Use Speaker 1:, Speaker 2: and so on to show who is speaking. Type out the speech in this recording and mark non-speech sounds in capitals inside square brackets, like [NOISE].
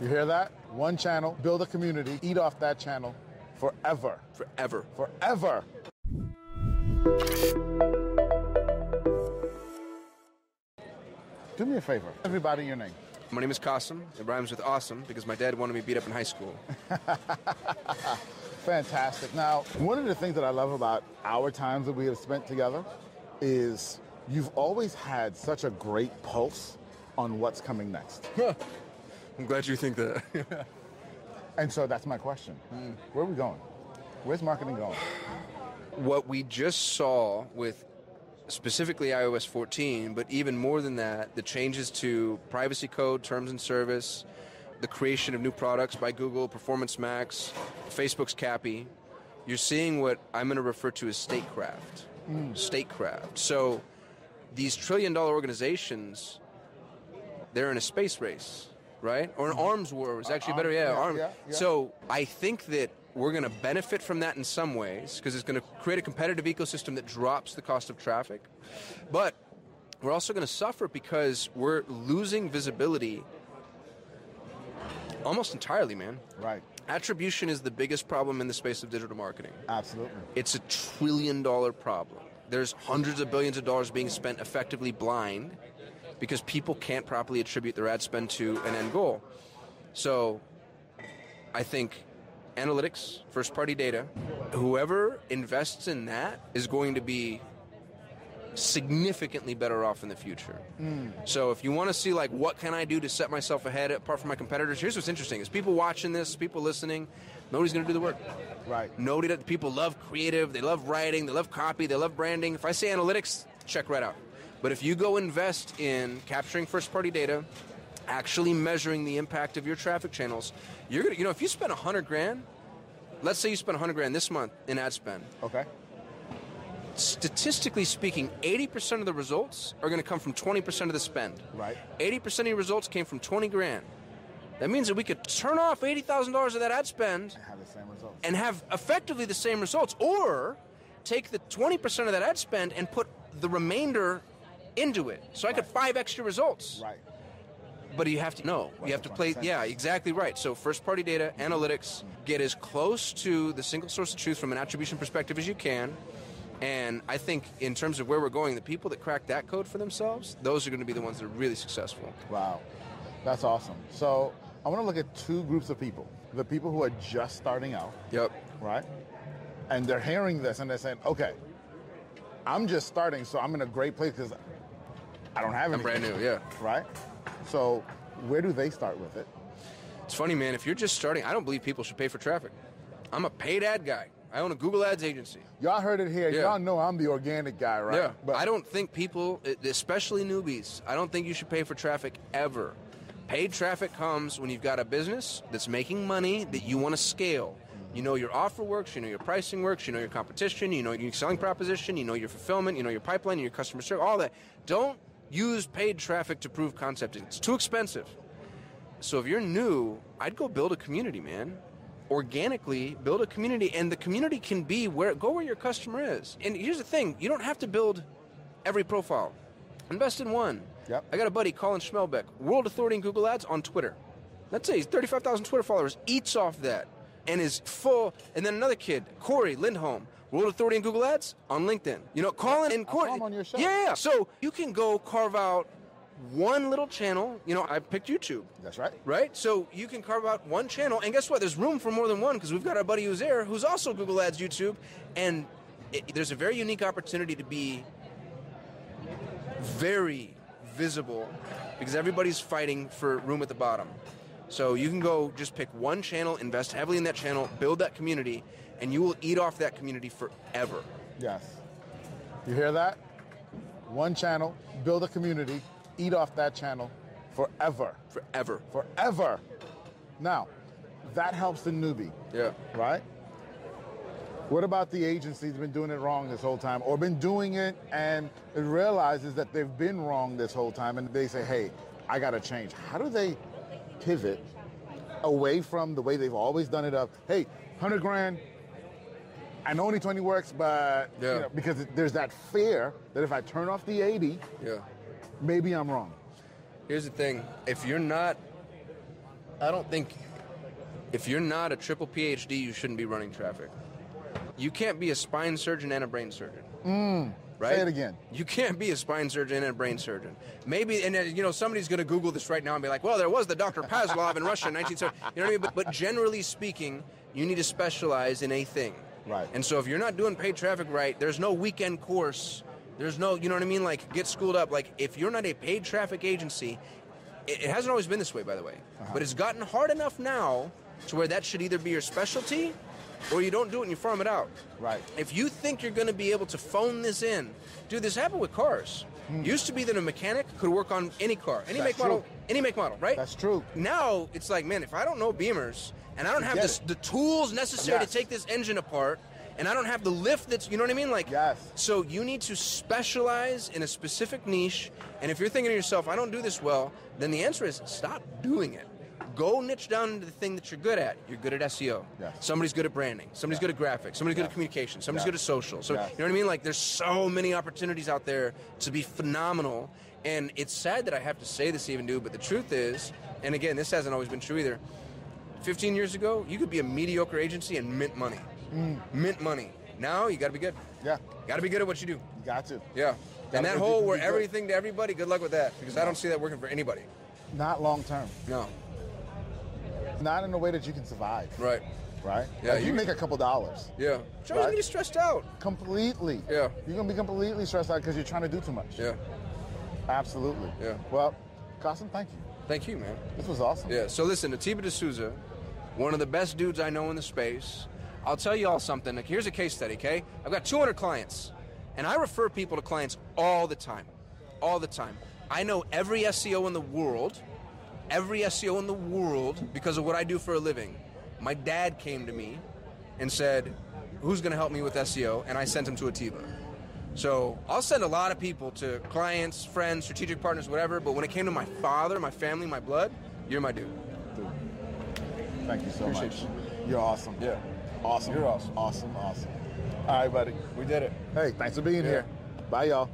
Speaker 1: You hear that? One channel, build a community, eat off that channel forever.
Speaker 2: Forever.
Speaker 1: Forever. Do me a favor. Everybody, your name.
Speaker 2: My name is Qasim. It rhymes with awesome because my dad wanted me beat up in high school.
Speaker 1: Fantastic. Now, one of the things that I love about our times that we have spent together is you've always had such a great pulse on what's coming next.
Speaker 2: [LAUGHS] I'm glad you think that. [LAUGHS]
Speaker 1: And so that's my question. Where are we going? Where's marketing going?
Speaker 2: what we just saw with specifically iOS 14, but even more than that, the changes to privacy code, terms and service, the creation of new products by Google, Performance Max, Facebook's CAPI, you're seeing what I'm going to refer to as statecraft. Statecraft. So these trillion dollar organizations, they're in a space race, right? Or an arms war is actually better. Yeah,
Speaker 1: Mm-hmm. Uh, yeah,
Speaker 2: arm.
Speaker 1: yeah, yeah.
Speaker 2: So so I think that we're going to benefit from that in some ways because it's going to create a competitive ecosystem that drops the cost of traffic. But we're also going to suffer because we're losing visibility almost entirely, man.
Speaker 1: Right.
Speaker 2: Attribution is the biggest problem in the space of digital marketing.
Speaker 1: Absolutely.
Speaker 2: It's a trillion dollar problem. There's hundreds of billions of dollars being spent effectively blind because people can't properly attribute their ad spend to an end goal. So I think analytics, first party data, whoever invests in that is going to be significantly better off in the future. So if you want to see like what can I do to set myself ahead apart from my competitors, here's what's interesting is people watching this, people listening, nobody's going to do the work.
Speaker 1: Right.
Speaker 2: Nobody that people love creative, they love writing, they love copy, they love branding. If I say analytics, check right out. But if you go invest in capturing first party data, actually measuring the impact of your traffic channels, you're gonna you know, if you spend a hundred grand, let's say you spend a hundred grand this month in ad spend,
Speaker 1: Okay.
Speaker 2: statistically speaking, 80% of the results are going to come from 20% of the spend.
Speaker 1: Right.
Speaker 2: 80% of your results came from 20 grand. That means that we could turn off $80,000 of that ad spend
Speaker 1: Have the same results.
Speaker 2: and have effectively the same results, or take the 20% of that ad spend and put the remainder into it. So I could 5x your results.
Speaker 1: right.
Speaker 2: But you have to know.
Speaker 1: Right,
Speaker 2: you have to
Speaker 1: that's
Speaker 2: play.
Speaker 1: what I'm saying.
Speaker 2: Yeah, exactly right. So first party data, analytics, get as close to the single source of truth from an attribution perspective as you can. And I think in terms of where we're going, the people that crack that code for themselves, those are going to be the ones that are really successful.
Speaker 1: Wow, that's awesome. So I want to look at two groups of people: the people who are just starting out,
Speaker 2: Yep.
Speaker 1: right? And they're hearing this and they're saying, "Okay, I'm just starting, so I'm in a great place because I don't have
Speaker 2: I'm
Speaker 1: anything."
Speaker 2: brand new. Yeah.
Speaker 1: right? So where do they start with it?
Speaker 2: It's funny, man. If you're just starting, I don't believe people should pay for traffic. I'm a paid ad guy. I own a Google Ads agency.
Speaker 1: Y'all heard it here.
Speaker 2: Yeah.
Speaker 1: Y'all know I'm the organic guy, right?
Speaker 2: Yeah, but I don't think people, especially newbies, I don't think you should pay for traffic ever. Paid traffic comes when you've got a business that's making money that you want to scale. You know your offer works, you know your pricing works, you know your competition, you know your selling proposition, you know your fulfillment, you know your pipeline, your customer service, all that. Don't use paid traffic to prove concept. It's too expensive. So if you're new, I'd go build a community, man. Organically build a community, and the community can be where go where your customer is. And here's the thing: you don't have to build every profile. Invest in one.
Speaker 1: Yep.
Speaker 2: I got a buddy, Colin Schmelbeck, world authority in Google Ads on Twitter. Let's say he's 35,000 Twitter followers. Eats off that and is full. And then another kid, Corey Lindholm, world authority in Google Ads on LinkedIn. You know, Colin and Corey.
Speaker 1: him on your show.
Speaker 2: Yeah, yeah. So you can go carve out one little channel. You know, I picked YouTube
Speaker 1: That's right.
Speaker 2: right? So you can carve out one channel, and guess what? There's room for more than one because we've got our buddy who's there, who's also Google Ads YouTube, and it, there's a very unique opportunity to be very visible because everybody's fighting for room at the bottom. So you can go just pick one channel, invest heavily in that channel, build that community, and you will eat off that community forever.
Speaker 1: Yes. You hear that? One channel, build a community, eat off that channel forever.
Speaker 2: Forever.
Speaker 1: Forever. Now, that helps the newbie.
Speaker 2: Yeah.
Speaker 1: right? What about the agency that's been doing it wrong this whole time, or been doing it and it realizes that they've been wrong this whole time, and they say, "Hey, I got to change." How do they pivot away from the way they've always done it? Of hey, hundred grand. I know only twenty works, but you
Speaker 2: Yeah.
Speaker 1: know, because there's that fear that if I turn off the eighty,
Speaker 2: Yeah.
Speaker 1: maybe I'm wrong.
Speaker 2: Here's the thing: if you're not I don't think if you're not a triple PhD, you shouldn't be running traffic. You can't be a spine surgeon and a brain surgeon. Right?
Speaker 1: Mm. Say it again.
Speaker 2: You can't be a spine surgeon and a brain surgeon. Maybe, and uh, you know, somebody's going to Google this right now and be like, "Well, there was the Dr. Pavlov in Russia in 1970." You know what I mean? But, but generally speaking, you need to specialize in a thing.
Speaker 1: Right.
Speaker 2: And so if you're not doing paid traffic right, there's no weekend course. There's no, you know what I mean? Like get schooled up. Like if you're not a paid traffic agency, it, it hasn't always been this way, by the way. But it's gotten hard enough now to where that should either be your specialty, or you don't do it and you farm it out.
Speaker 1: Right.
Speaker 2: If you think you're going to be able to phone this in, dude, this happened with cars. Used to be that a mechanic could work on any car, any
Speaker 1: Hmm. That's
Speaker 2: make model,
Speaker 1: true.
Speaker 2: any make model, right?
Speaker 1: That's true.
Speaker 2: Now it's like, man, if I don't know beamers and I don't have
Speaker 1: Forget
Speaker 2: this,
Speaker 1: it.
Speaker 2: the tools necessary
Speaker 1: Yes.
Speaker 2: to take this engine apart, and I don't have the lift that's, you know what I mean? Like,
Speaker 1: Yes.
Speaker 2: so you need to specialize in a specific niche. And if you're thinking to yourself, I don't do this well, then the answer is stop doing it. Go niche down into the thing that you're good at. You're good at E SEO.
Speaker 1: Yes.
Speaker 2: Somebody's good at branding. Somebody's good at graphics. Somebody's good at
Speaker 1: Yes.
Speaker 2: communication. Somebody's
Speaker 1: Yes.
Speaker 2: good at social. So
Speaker 1: Yes.
Speaker 2: you know what I mean? Like there's so many opportunities out there to be phenomenal. And it's sad that I have to say this even dude, but the truth is, and again, this hasn't always been true either. 15 years ago, you could be a mediocre agency and mint money. Mint money. Now you got to be good.
Speaker 1: Yeah.
Speaker 2: Got to be good at what you do.
Speaker 1: You got to.
Speaker 2: Yeah.
Speaker 1: Gotta
Speaker 2: and that
Speaker 1: be-
Speaker 2: whole
Speaker 1: be
Speaker 2: where
Speaker 1: good.
Speaker 2: everything to everybody, good luck with that because I don't see that working for anybody.
Speaker 1: Not long term.
Speaker 2: No.
Speaker 1: Not in a way that you can survive.
Speaker 2: Right.
Speaker 1: Right.
Speaker 2: Yeah,
Speaker 1: Like, you,
Speaker 2: you-
Speaker 1: make a couple dollars.
Speaker 2: Yeah. John's
Speaker 1: Right.
Speaker 2: going to be stressed out.
Speaker 1: Completely.
Speaker 2: Yeah.
Speaker 1: You're gonna be completely stressed out because you're trying to do too much.
Speaker 2: Yeah.
Speaker 1: Absolutely.
Speaker 2: Yeah.
Speaker 1: Well, Kasim, thank you.
Speaker 2: Thank you, man.
Speaker 1: This was awesome.
Speaker 2: Yeah. So listen, Atiba D'Souza, one of the best dudes I know in the space. I'll tell you all something. Like, Here's a case study, okay? I've got 200 clients, and I refer people to clients all the time, all the time. I know every SEO in the world, every SEO in the world, because of what I do for a living. My dad came to me and said, "Who's going to help me with SEO?" And I sent him to Atiba. So I'll send a lot of people to clients, friends, strategic partners, whatever. But when it came to my father, my family, my blood, you're my dude.
Speaker 1: Dude, thank you so
Speaker 2: Appreciate
Speaker 1: much. You. are awesome.
Speaker 2: Yeah.
Speaker 1: Awesome.
Speaker 2: You're awesome.
Speaker 1: Awesome. Awesome. All right, buddy.
Speaker 2: We did it.
Speaker 1: Hey, thanks for being here. Bye, y'all.